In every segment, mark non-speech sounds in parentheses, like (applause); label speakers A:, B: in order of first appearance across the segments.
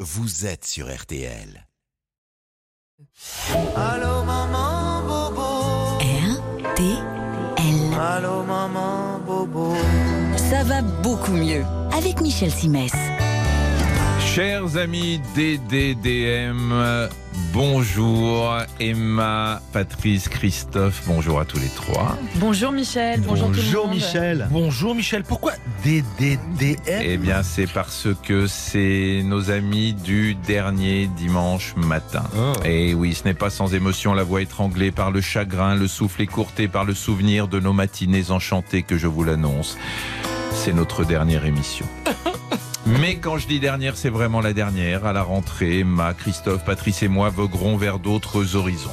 A: vous êtes sur RTL.
B: Allô maman bobo.
C: RTL.
B: Allô maman bobo.
C: Ça va beaucoup mieux avec Michel Simès.
D: Chers amis DDDM, bonjour Emma, Patrice, Christophe, bonjour à tous les trois.
E: Bonjour Michel, bonjour, tout le
F: Bonjour
E: monde.
F: Michel. Bonjour Michel. Pourquoi DDDM
D: Eh bien c'est parce que c'est nos amis du dernier dimanche matin. Et oui, ce n'est pas sans émotion la voix étranglée par le chagrin, le souffle écourté par le souvenir de nos matinées enchantées que je vous l'annonce. C'est notre dernière émission. Mais quand je dis dernière, c'est vraiment la dernière. À la rentrée, Emma, Christophe, Patrice et moi voguerons vers d'autres horizons.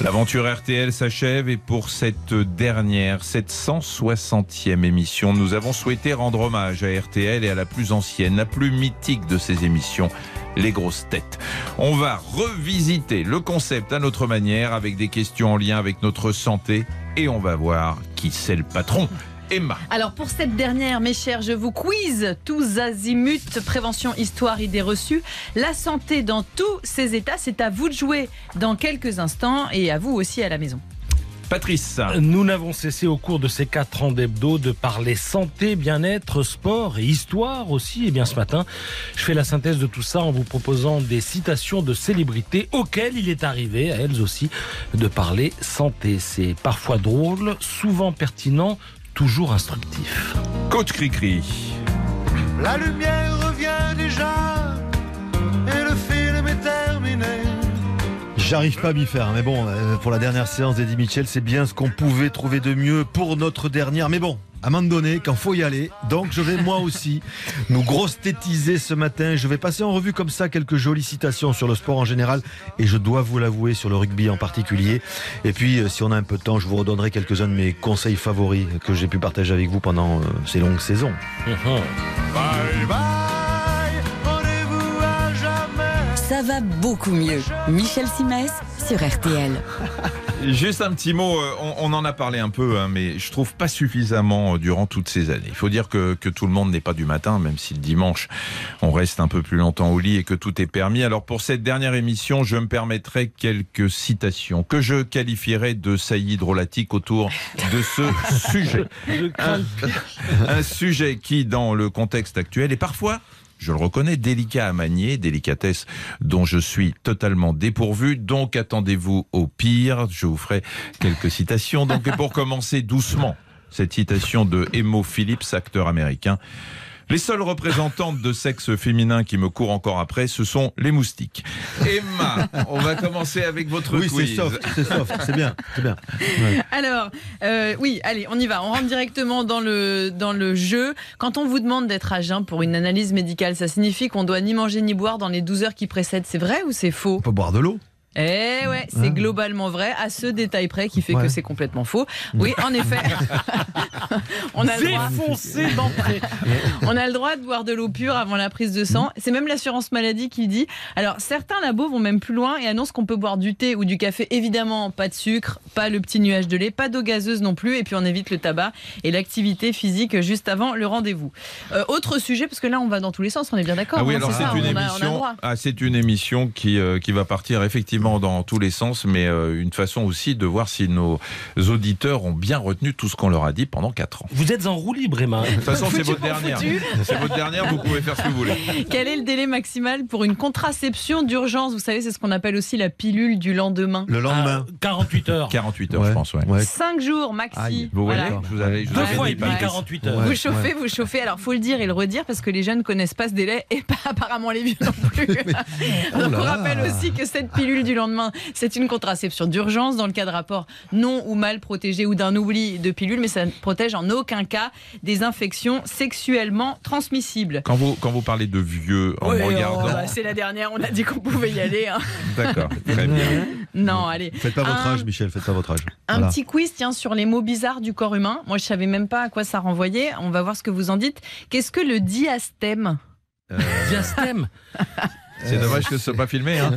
D: L'aventure RTL s'achève et pour cette dernière, cette 160e émission, nous avons souhaité rendre hommage à RTL et à la plus ancienne, la plus mythique de ces émissions, les grosses têtes. On va revisiter le concept à notre manière avec des questions en lien avec notre santé et on va voir qui c'est le patron. Emma.
E: Alors pour cette dernière, mes chers, je vous quiz tous azimuts, prévention, histoire, idées reçues. La santé dans tous ses états, c'est à vous de jouer dans quelques instants et à vous aussi à la maison.
D: Patrice.
F: Nous n'avons cessé au cours de ces quatre ans d'hebdo de parler santé, bien-être, sport et histoire aussi. Et bien ce matin, je fais la synthèse de tout ça en vous proposant des citations de célébrités auxquelles il est arrivé, à elles aussi, de parler santé. C'est parfois drôle, souvent pertinent, toujours instructif.
D: Coach Cricri.
B: La lumière revient déjà et le film est terminé.
G: J'arrive pas à m'y faire, mais bon, euh, pour la dernière séance d'Eddie Mitchell, c'est bien ce qu'on pouvait trouver de mieux pour notre dernière. Mais bon, à un moment donné, quand faut y aller, donc je vais moi aussi nous grossethétiser ce matin. Je vais passer en revue comme ça quelques jolies citations sur le sport en général, et je dois vous l'avouer, sur le rugby en particulier. Et puis, euh, si on a un peu de temps, je vous redonnerai quelques-uns de mes conseils favoris que j'ai pu partager avec vous pendant euh, ces longues saisons.
B: Bye bye, rendez-vous à jamais.
C: Ça va beaucoup mieux. Michel Simès sur RTL.
D: Juste un petit mot, euh, on, on en a parlé un peu, hein, mais je trouve pas suffisamment euh, durant toutes ces années. Il faut dire que, que tout le monde n'est pas du matin, même si le dimanche, on reste un peu plus longtemps au lit et que tout est permis. Alors pour cette dernière émission, je me permettrai quelques citations que je qualifierais de saillies hydrolatiques autour de ce (laughs) sujet.
F: Ah.
D: un,
G: (laughs)
D: un sujet qui, dans le contexte actuel, est parfois je le reconnais, délicat à manier, délicatesse dont je suis totalement dépourvu. Donc attendez-vous au pire. Je vous ferai quelques citations. Donc et
G: (laughs)
D: pour commencer doucement, cette citation de Emo Phillips, acteur américain. Les seules représentantes de sexe féminin qui me courent encore après, ce sont les moustiques. Emma, on va commencer avec votre
G: Oui, c'est
D: quiz.
G: soft, c'est soft, c'est bien, c'est bien.
E: Alors, euh, oui, allez, on y va. On rentre directement dans le, dans le jeu. Quand on vous demande d'être à jeun pour une analyse médicale, ça signifie qu'on doit ni manger ni boire dans les 12 heures qui précèdent. C'est vrai ou c'est faux
G: On peut boire de l'eau. Hein
E: Eh ouais, c'est globalement vrai, à ce détail près qui fait
G: Ouais.
E: que c'est complètement faux. Oui, en
G: (laughs)
E: effet. (laughs) on, a le droit,
F: Défoncé d'entrée.
E: on a le droit de boire de l'eau pure avant la prise de sang. C'est même l'assurance maladie qui le dit. Alors, certains labos vont même plus loin et annoncent qu'on peut boire du thé ou du café. Évidemment, pas de sucre, pas le petit nuage de lait, pas d'eau gazeuse non plus. Et puis, on évite le tabac et l'activité physique juste avant le rendez-vous. Euh, autre sujet, parce que là, on va dans tous les sens, on est bien d'accord.
D: Ah oui,
E: hein,
D: alors c'est
E: ça,
D: une
E: on a- on a le
D: émission.
E: droit.
D: ah, c'est une émission qui euh, qui va partir effectivement dans tous les sens, mais euh, une façon aussi de voir si nos auditeurs ont bien retenu tout ce qu'on leur a dit pendant quatre ans.
F: Vous êtes en roue libre, Emma.
D: De toute façon, c'est votre dernière.
E: foutu.
D: (laughs) C'est votre dernière. Vous pouvez faire ce que vous voulez.
E: Quel est le délai maximal pour une contraception d'urgence Vous savez, c'est ce qu'on appelle aussi la pilule du lendemain.
G: Le lendemain.
F: Ah, 48 heures.
D: 48 heures,
G: Ouais,
D: je pense. Ouais.
G: ouais.
E: 5 jours maxi.
G: Aïe.
D: Vous voyez,
E: Voilà.
G: Voilà.
D: je vous avais, je vous
F: Deux
D: avais
F: fois
D: dit,
F: et demi
D: Patrice.
F: 48 heures.
G: Ouais.
E: Vous chauffez, vous chauffez. Alors, faut le dire et le redire parce que les jeunes connaissent pas ce délai et pas (laughs) apparemment les vieux non
G: (laughs)
E: plus. (laughs)
G: Oh là
E: Donc, on
G: là.
E: rappelle aussi que cette pilule du lendemain, c'est une contraception d'urgence dans le cas de rapport non ou mal protégé ou d'un oubli de pilule, mais ça ne protège en aucun cas des infections sexuellement transmissibles.
D: Quand vous quand vous parlez de vieux en
E: Ouais,
D: me
E: oh,
D: regardant,
E: bah, c'est la dernière, on a dit qu'on pouvait y aller. hein.
D: d'accord, très bien.
E: (laughs)
D: Ah.
E: Non, allez.
G: Faites pas votre
E: Un-
G: âge, Michel, faites pas votre âge.
E: Un
G: Voilà.
E: petit quiz, tiens, sur les mots bizarres du corps humain. Moi, je savais même pas à quoi ça renvoyait. On va voir ce que vous en dites. Qu'est-ce que le diastème
F: Diastème.
D: C'est dommage que ce soit pas filmé. Hein.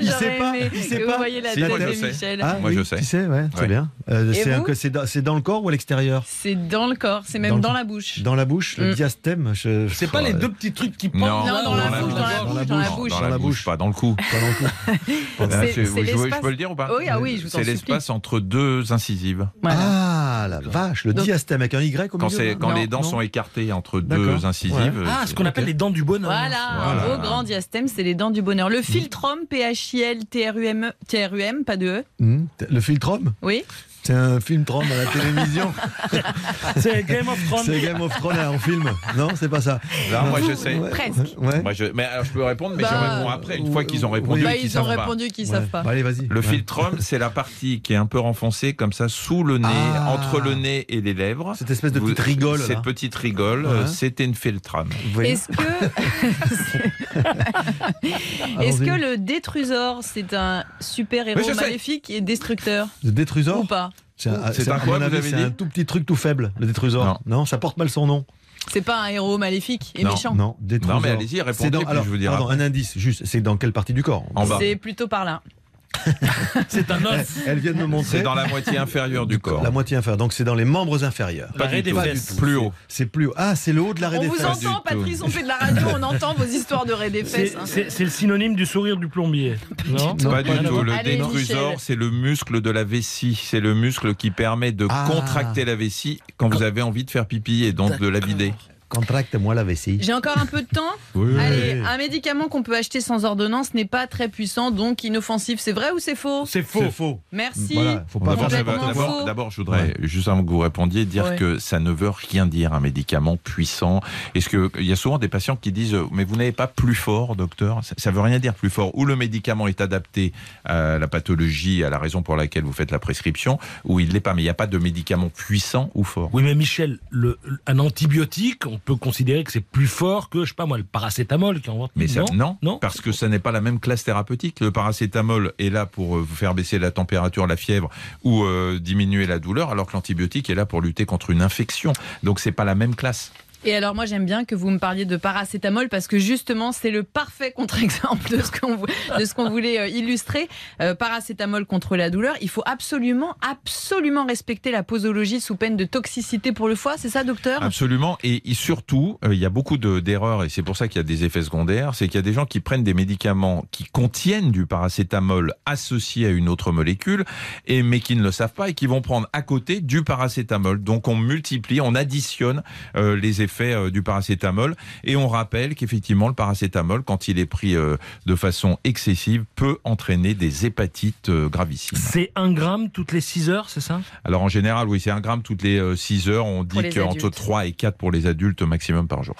G: Il
E: J'aurais
G: sait pas,
E: aimé
G: il sait
E: que
G: pas.
E: Vous voyez la
D: Si,
E: tête
D: moi, je
E: de
D: sais.
E: Michel.
G: Ah,
D: Moi,
G: oui,
D: je sais.
G: Tu sais, ouais, c'est
D: Ouais.
G: bien. Euh,
E: Et
G: c'est, un
E: vous
G: co- c'est dans, c'est dans le corps ou à l'extérieur
E: C'est dans le corps, c'est même
G: Dans
E: dans,
G: le-
E: la bouche.
G: Dans la bouche,
E: Mm.
G: le diastème. je- Oh,
F: C'est pas les deux petits trucs qui pendent
D: Non,
E: Non, dans la
D: dans la
E: bouche, dans la bouche, dans la
D: Non,
E: bouche.
D: Dans la bouche, pas dans le cou.
E: (laughs)
D: Là, c'est-
E: C'est- c'est
D: je, je
E: l'espace-
D: peux le dire ou pas
E: Oui, ah oui, je vous en
D: C'est l'espace entre deux incisives.
E: Voilà.
G: Ah la vache, le
E: Donc-
G: diastème avec un Y au
D: Quand,
G: milieu,
D: c'est-
G: là
D: quand
E: Non,
D: les dents
G: non.
D: sont écartées entre
G: D'accord.
D: deux incisives. euh,
F: Ah,
D: c'est-
F: ce qu'on appelle les dents du bonheur.
E: Voilà,
D: Voilà.
E: au grand diastème, c'est les dents du bonheur. Le philtrum, P-H-I-L, T-R-U-M, T-R-U-M, pas de E.
G: Hmm, Le filtrum
E: Oui.
G: C'est un film Tron à
E: (laughs)
G: la télévision.
F: C'est Game of Thrones.
G: c'est Game of Thrones hein, en film. Non, c'est pas ça.
D: Là, Ben, moi, je sais.
E: Presque.
G: Ouais.
D: Moi, je... Mais alors, je peux répondre, mais
E: Bah,
D: je réponds après, une fois qu'ils ont
G: oui.
D: répondu.
E: Bah,
D: et qu'ils
E: ils ont
D: savent pas.
E: répondu qu'ils
G: Ouais.
E: savent pas.
G: Bah, allez, vas-y.
D: Le
G: Ouais.
D: philtrum, c'est la partie qui est un peu renfoncée comme ça sous le nez,
G: Ah.
D: entre le nez et les lèvres.
G: Cette espèce de
D: Vous-
G: petite rigole.
D: Cette
G: là.
D: petite rigole,
G: Ouais.
D: euh, c'était une philtrum.
G: Vous voyez
E: Est-ce que, est-ce
G: Allons-y.
E: que le détrusor, c'est un super-héros
D: Oui, je sais.
E: maléfique et destructeur
G: Le détrusor
E: ou pas
G: C'est un,
D: C'est
G: c'est
D: un
G: à
D: quoi,
G: mon
D: vous
G: avis,
D: avez
G: c'est
D: dit
G: un tout petit truc tout faible, le détrusor.
D: Non.
G: Non, ça porte mal son nom.
E: C'est pas un héros maléfique et
D: Non.
E: méchant.
G: Non, détrusor.
D: Non, mais allez-y, répondez,
G: C'est dans,
D: puis
G: alors,
D: je vous dirai.
G: pardon, un indice, juste, c'est dans quelle partie du corps
D: En bas.
E: C'est plutôt par là.
F: C'est un os.
G: Elle vient de me
D: C'est
G: montrer
D: dans la moitié inférieure du corps.
G: la moitié inférieure, donc c'est dans les membres inférieurs.
D: Pas
F: L'arrêt
D: du
F: des
D: tout.
F: fesses.
D: Plus haut.
G: C'est plus haut. Ah, c'est le haut de l'arrêt
E: On
G: des
E: vous
G: fesses.
D: du
E: entend,
D: tout.
E: Patrice, on fait de la radio, on entend vos histoires de raie des fesses.
F: C'est
E: hein.
F: c'est- c'est le synonyme du sourire du plombier. Non,
G: Non,
D: pas du
F: rien à
D: tout.
F: voir.
D: Le
E: Allez,
D: détrusor,
E: Michel.
D: c'est le muscle de la vessie. C'est le muscle qui permet de
G: Ah.
D: contracter la vessie quand vous avez envie de faire pipi et donc de la vider.
G: Contracte-moi la vessie.
E: J'ai encore un peu de temps.
D: Oui.
E: Allez, un médicament qu'on peut acheter sans ordonnance n'est pas très puissant, donc inoffensif. C'est vrai ou c'est faux
F: C'est
G: C'est
F: faux.
G: faux.
E: Merci.
G: Voilà, faut pas
D: D'abord,
G: faire
E: Complètement
D: d'abord-
E: faux.
D: d'abord- D'abord, je voudrais, juste avant que vous répondiez, dire
E: Ouais.
D: que ça ne veut rien dire, un médicament puissant. Est-ce que, il y a souvent des patients qui disent, euh, mais vous n'avez pas plus fort, docteur? Ça, ça veut rien dire plus fort. Ou le médicament est adapté à la pathologie, à la raison pour laquelle vous faites la prescription, ou il l'est pas. Mais il n'y a pas de médicament puissant ou fort.
F: Oui, mais Michel, le, le- un antibiotique, on peut considérer que c'est plus fort que, je sais pas moi, le paracétamol qui en
D: Mais ça, non,
F: non.
D: parce que ça n'est pas la même classe thérapeutique. Le paracétamol est là pour euh, vous faire baisser la température, la fièvre ou euh, diminuer la douleur, alors que l'antibiotique est là pour lutter contre une infection. Donc c'est pas la même classe.
E: Et alors moi j'aime bien que vous me parliez de paracétamol parce que justement c'est le parfait contre-exemple de ce qu'on vou- de ce qu'on voulait euh, illustrer. Euh, paracétamol contre la douleur, il faut absolument absolument respecter la posologie sous peine de toxicité pour le foie, c'est ça docteur
D: Absolument. Et et surtout, euh, il y a beaucoup de- d'erreurs et c'est pour ça qu'il y a des effets secondaires. C'est qu'il y a des gens qui prennent des médicaments qui contiennent du paracétamol associé à une autre molécule, et, mais qui ne le savent pas et qui vont prendre à côté du paracétamol. Donc on multiplie, on additionne euh, les effets euh, du paracétamol et on rappelle qu'effectivement le paracétamol, quand il est pris euh, de façon excessive, peut entraîner des hépatites euh, gravissimes.
F: C'est un gramme toutes les 6 heures, c'est ça
D: Alors en général, oui, c'est un gramme toutes les 6 heures. On
E: Pour
D: dit
E: les
D: qu'entre
E: adultes.
D: 3 et 4 pour les adultes maximum par jour.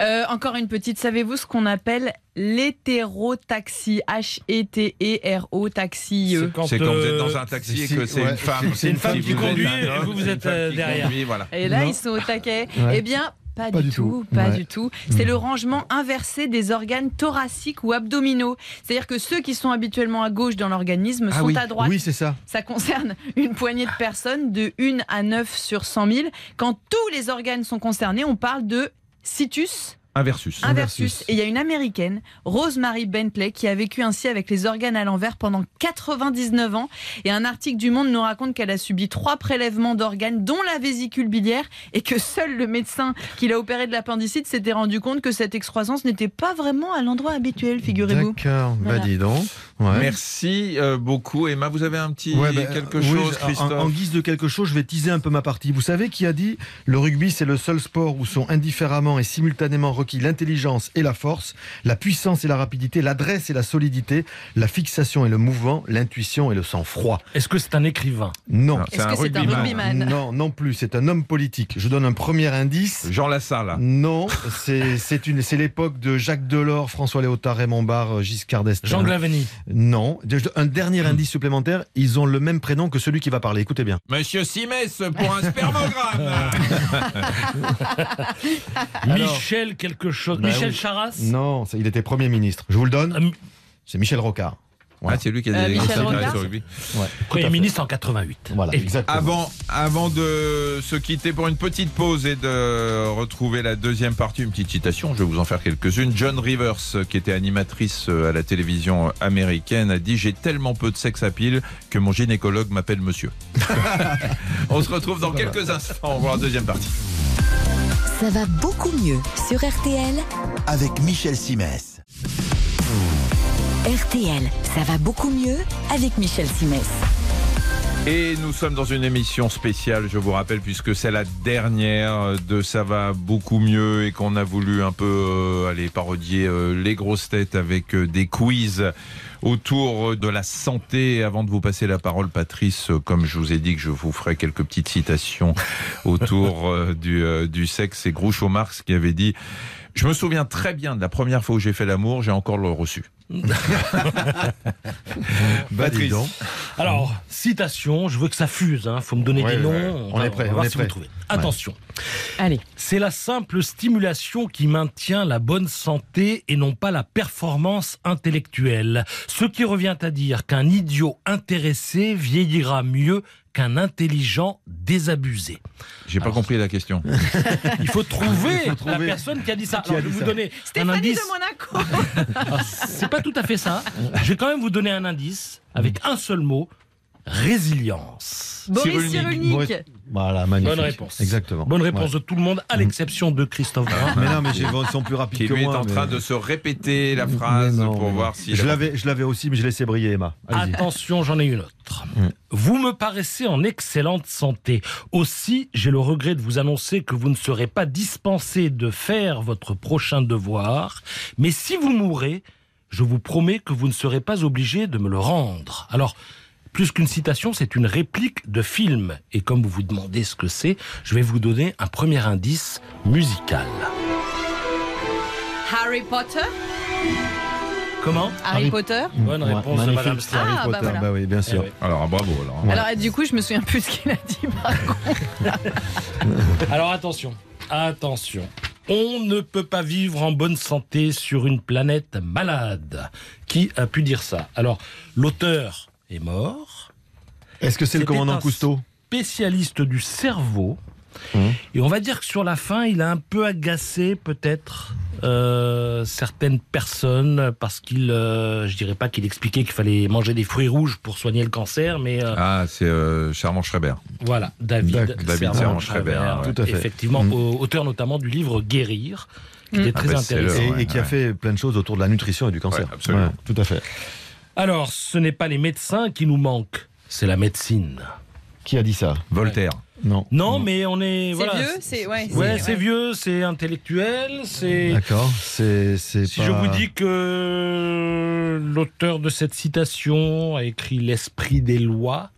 E: Euh, encore une petite, savez-vous ce qu'on appelle l'hétérotaxie H E T E R O taxi E.
D: C'est quand vous
F: euh,
D: êtes dans un taxi et
G: si,
D: que c'est
G: ouais,
D: une femme.
F: c'est une femme
D: Si
F: qui
D: vous êtes
F: conduit
D: un
F: et
D: homme,
F: vous, vous
D: c'est une
F: êtes,
D: femme
F: euh,
D: qui
F: derrière.
D: conduit, voilà.
E: Et là,
G: Non.
E: ils sont au taquet.
G: (laughs) Ouais.
E: Eh bien, pas,
G: Pas
E: du,
G: du
E: tout,
G: tout.
E: pas
G: Ouais. Mm.
E: du tout. C'est le rangement inversé des organes thoraciques ou abdominaux. C'est-à-dire que ceux qui sont habituellement à gauche dans l'organisme sont
D: Ah oui.
E: à droite.
G: Ah Oui, c'est ça.
E: Ça concerne une poignée de personnes de 1 à 9 sur 100 000. Quand tous les organes sont concernés, on parle de situs
D: Un versus.
F: Ah.
E: inversus. Et il y a une américaine, Rosemary Bentley, qui a vécu ainsi avec les organes à l'envers pendant 99 ans. Et un article du Monde nous raconte qu'elle a subi trois prélèvements d'organes, dont la vésicule biliaire, et que seul le médecin qui l'a opéré de l'appendicite s'était rendu compte que cette excroissance n'était pas vraiment à l'endroit habituel, figurez-vous.
G: D'accord, bah
E: Voilà.
G: dis donc. Ouais.
D: Merci euh, beaucoup. Emma, vous avez un petit
G: Ouais, bah,
D: quelque
F: euh,
G: oui,
D: chose,
G: en-
D: Christophe
G: en, guise de quelque chose, je vais teaser un peu ma partie. Vous savez qui a dit le rugby, c'est le seul sport où sont indifféremment et simultanément requis l'intelligence et la force, la puissance et la rapidité, l'adresse et la solidité, la fixation et le mouvement, l'intuition et le sang-froid.
F: Est-ce que c'est un écrivain
G: Non.
D: Non,
E: Est-ce que c'est un rugbyman
G: Non, non plus. C'est un homme politique. Je donne un premier indice.
D: Jean Lassalle.
G: Non, c'est c'est une- c'est l'époque de Jacques Delors, François Léotard, Raymond Barre, Giscard d'Estaing.
F: Jean Glavany.
G: Non. Un dernier indice supplémentaire, ils ont le même prénom que celui qui va parler. Écoutez bien.
D: Monsieur Simès pour un spermogramme.
G: Alors-
F: Michel quelque chose.
G: Bah
F: Michel
G: oui.
F: Charras
G: Non, c'est- il était Premier ministre. Je vous le donne,
F: Euh, mi-
G: c'est Michel Rocard.
D: Ah, c'est lui qui
E: Euh,
D: a des
E: Michel
D: conseils
E: Rocard
D: sur le rugby.
G: Ouais,
F: Premier ministre en 88.
G: Voilà,
F: Et-
G: exactement.
D: Avant, avant de se quitter pour une petite pause et de retrouver la deuxième partie, une petite citation, je vais vous en faire quelques-unes. John Rivers, qui était animatrice euh, à la télévision américaine, a dit J'ai tellement peu de sexe à pile que mon gynécologue m'appelle monsieur. On se retrouve dans quelques instants pour la deuxième partie.
C: Ça va beaucoup mieux sur RTL.
A: avec Michel Simès.
C: RTL, ça va beaucoup mieux avec Michel Simès.
D: Et nous sommes dans une émission spéciale, je vous rappelle, puisque c'est la dernière de Ça va beaucoup mieux et qu'on a voulu un peu euh, aller parodier euh, les grosses têtes avec euh, des quiz autour de la santé. Avant de vous passer la parole, Patrice, euh, comme je vous ai dit que je vous ferai quelques petites citations autour euh, du, euh, du sexe, c'est Groucho Marx qui avait dit Je me souviens très bien de la première fois où j'ai fait l'amour, j'ai encore le reçu. Patrice.
F: Alors, citation, je veux que ça fuse, hein. faut me donner
G: Ouais,
F: des noms.
G: ouais, ouais. On
F: va-
G: est prêt,
F: va
G: on
F: voir
G: est
F: si vous
G: prêt.
F: trouvez. Attention,
E: Allez.
F: c'est la simple stimulation qui maintient la bonne santé et non pas la performance intellectuelle. Ce qui revient à dire qu'un idiot intéressé vieillira mieux qu'un intelligent désabusé.
G: (laughs)
D: J'ai pas
F: Alors,
D: compris la question.
F: Il faut trouver,
G: trouver.
F: la personne qui a dit ça.
G: (laughs) Qui a
F: Alors, je vais
G: dit
F: vous
G: ça.
F: donner un
E: Stéphanie
F: indice.
E: de Monaco
F: Ah, C'est pas tout à fait ça. Je vais quand même vous donner un indice
G: Mm.
F: avec un seul mot résilience.
E: Boris
D: Cyrulnik.
E: Cyrulnik.
G: Voilà, magnifique.
F: Bonne réponse.
G: Exactement. Mm.
F: Bonne réponse de tout le monde, à l'exception de Christophe Brun.
G: Ouais. Mais non, mais j'ai- ils sont plus
D: qui
G: rapides que
D: lui est
G: moi.
D: en train
G: mais-
D: de se répéter la phrase
G: Mais non,
D: pour
G: mais
D: voir
G: non.
D: si
G: Je l'avais, je l'avais aussi, mais je l'ai laissé briller, Emma. (laughs)
F: Ah,
G: Allez-y. Mm.
F: Attention, j'en ai une autre. Vous me paraissez en excellente santé. Aussi, j'ai le regret de vous annoncer que vous ne serez pas dispensé de faire votre prochain devoir. Mais si vous mourrez, je vous promets que vous ne serez pas obligé de me le rendre. Alors, plus qu'une citation, c'est une réplique de film. Et comme vous vous demandez ce que c'est, je vais vous donner un premier indice musical.
E: Harry Potter
F: Comment
E: Harry Potter
F: Bonne
G: Ah. Ouais,
F: réponse de
G: magnifique,
F: Madame
G: c'est
F: Starr.
G: Harry
E: Ah, bah
G: Potter.
E: voilà.
G: oui, bien sûr.
F: Eh oui.
D: Alors ah, bravo. Alors.
E: Alors, et du coup, je me souviens plus ce qu'il a dit. par contre.
F: Alors attention, attention. On ne peut pas vivre en bonne santé sur une planète malade. Qui a pu dire ça Alors, l'auteur est mort,
G: Est-ce que c'est le
F: C'était
G: commandant
F: un-
G: Cousteau
F: spécialiste du cerveau. Et on va dire que sur la fin, il a un peu agacé peut-être euh, certaines personnes parce qu'il, euh, je dirais pas qu'il expliquait qu'il fallait manger des fruits rouges pour soigner le cancer, mais euh,
D: Ah, c'est euh, Charmant Schreiber.
F: Voilà, David,
G: D'accord.
D: David
F: Servan
D: Servan-Schreiber,
F: Schreiber,
G: ouais. Tout à fait.
F: Effectivement,
G: Mm. ben,
F: au- auteur notamment du livre Guérir,
E: Mm.
F: qui était
D: Ah,
F: très
D: best-seller.
F: intéressant.
G: et,
D: Ouais,
G: et qui a
D: ouais.
G: fait plein de choses autour de la nutrition et du cancer.
D: Ouais, absolument.
G: tout à fait.
F: Alors, ce n'est pas les médecins qui nous manquent, c'est la médecine.
G: Qui a dit ça
D: Voltaire.
G: Non.
F: Non, mais on est.
E: C'est
F: voilà,
E: vieux, c'est ouais,
F: Ouais,
E: c'est-
F: c'est vieux, c'est intellectuel, c'est.
G: D'accord. C'est, c'est
F: Si
G: pas-
F: je vous dis que l'auteur de cette citation a écrit L'esprit des lois.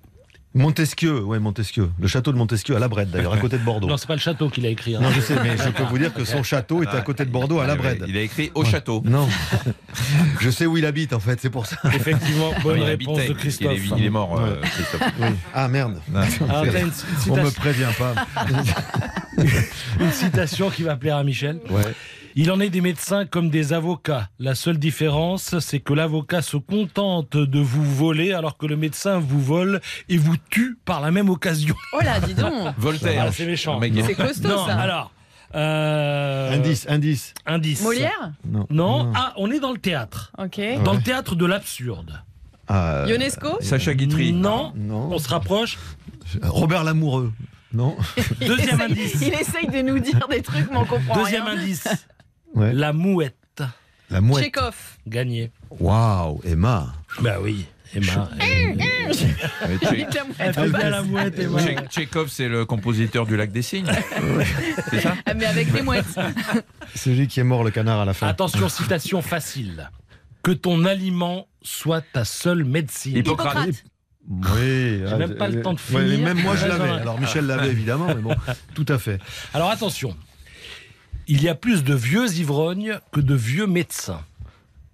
G: Montesquieu, ouais, Montesquieu. Le château de Montesquieu à la Brède, d'ailleurs, à côté de Bordeaux.
F: Non, c'est pas le château qu'il a écrit. hein.
G: Non, je sais, mais je peux vous dire que son château était à côté de Bordeaux, à la Brède.
D: Ah, Il a écrit Au
G: Ouais.
D: Château.
G: Non. je sais où il habite, en fait, c'est pour ça.
F: Effectivement, bonne
D: il
F: réponse
D: habitait.
F: de
D: Il est,
F: Christophe.
D: il est mort, euh, Christophe.
G: Ah, merde.
F: Ah,
G: (laughs)
F: t'as une c-
G: On
F: citation-
G: me prévient pas.
F: Une citation qui va plaire à Michel.
G: Ouais.
F: Il en est des médecins comme des avocats. La seule différence, c'est que l'avocat se contente de vous voler alors que le médecin vous vole et vous tue par la même occasion.
E: Oh là, dis donc
D: Voltaire.
F: Ah, c'est méchant.
D: Le mec, il-
E: C'est costaud,
F: non,
E: ça
F: alors. euh,
G: Indice, indice.
F: Indice.
E: Molière
G: Non.
F: Non. Ah, on est dans le théâtre.
E: Ok.
F: Dans
G: Ouais.
F: le théâtre de l'absurde.
G: Ah, euh,
E: Ionesco
D: Sacha Guitry.
F: Non.
G: Non.
F: On
E: (laughs)
F: se rapproche.
G: Robert Lamoureux. Non.
F: Deuxième
E: Il essaye-
F: indice.
E: Il essaye de nous dire des trucs, mais on comprend
F: Deuxième
E: rien.
F: indice.
G: Ouais.
F: La mouette.
G: La mouette.
E: Tchekhov.
F: Gagné.
G: Waouh, Emma.
F: Bah oui. Emma. elle-
D: Ah, Mais
E: Il (laughs)
D: Tché-
E: te la mouette.
F: Elle fait bien la mouette, Emma.
D: Tché- Tchékov, c'est le compositeur du Lac des Cygnes. c'est ça
E: Ah, mais avec des mouettes.
G: C'est lui qui est mort, le canard, à la fin.
F: Ah. Attention, citation facile. Que ton aliment soit ta seule médecine.
D: Hippocrate.
E: Hippocrate.
G: Oui. J'ai
F: même pas le temps de
G: mais
F: finir.
G: même moi, je
F: Ouais,
G: l'avais.
F: ouais.
G: Alors, Michel l'avait, évidemment, mais
F: (laughs)
G: bon, tout à fait.
F: Alors attention, il y a plus de vieux ivrognes que de vieux médecins.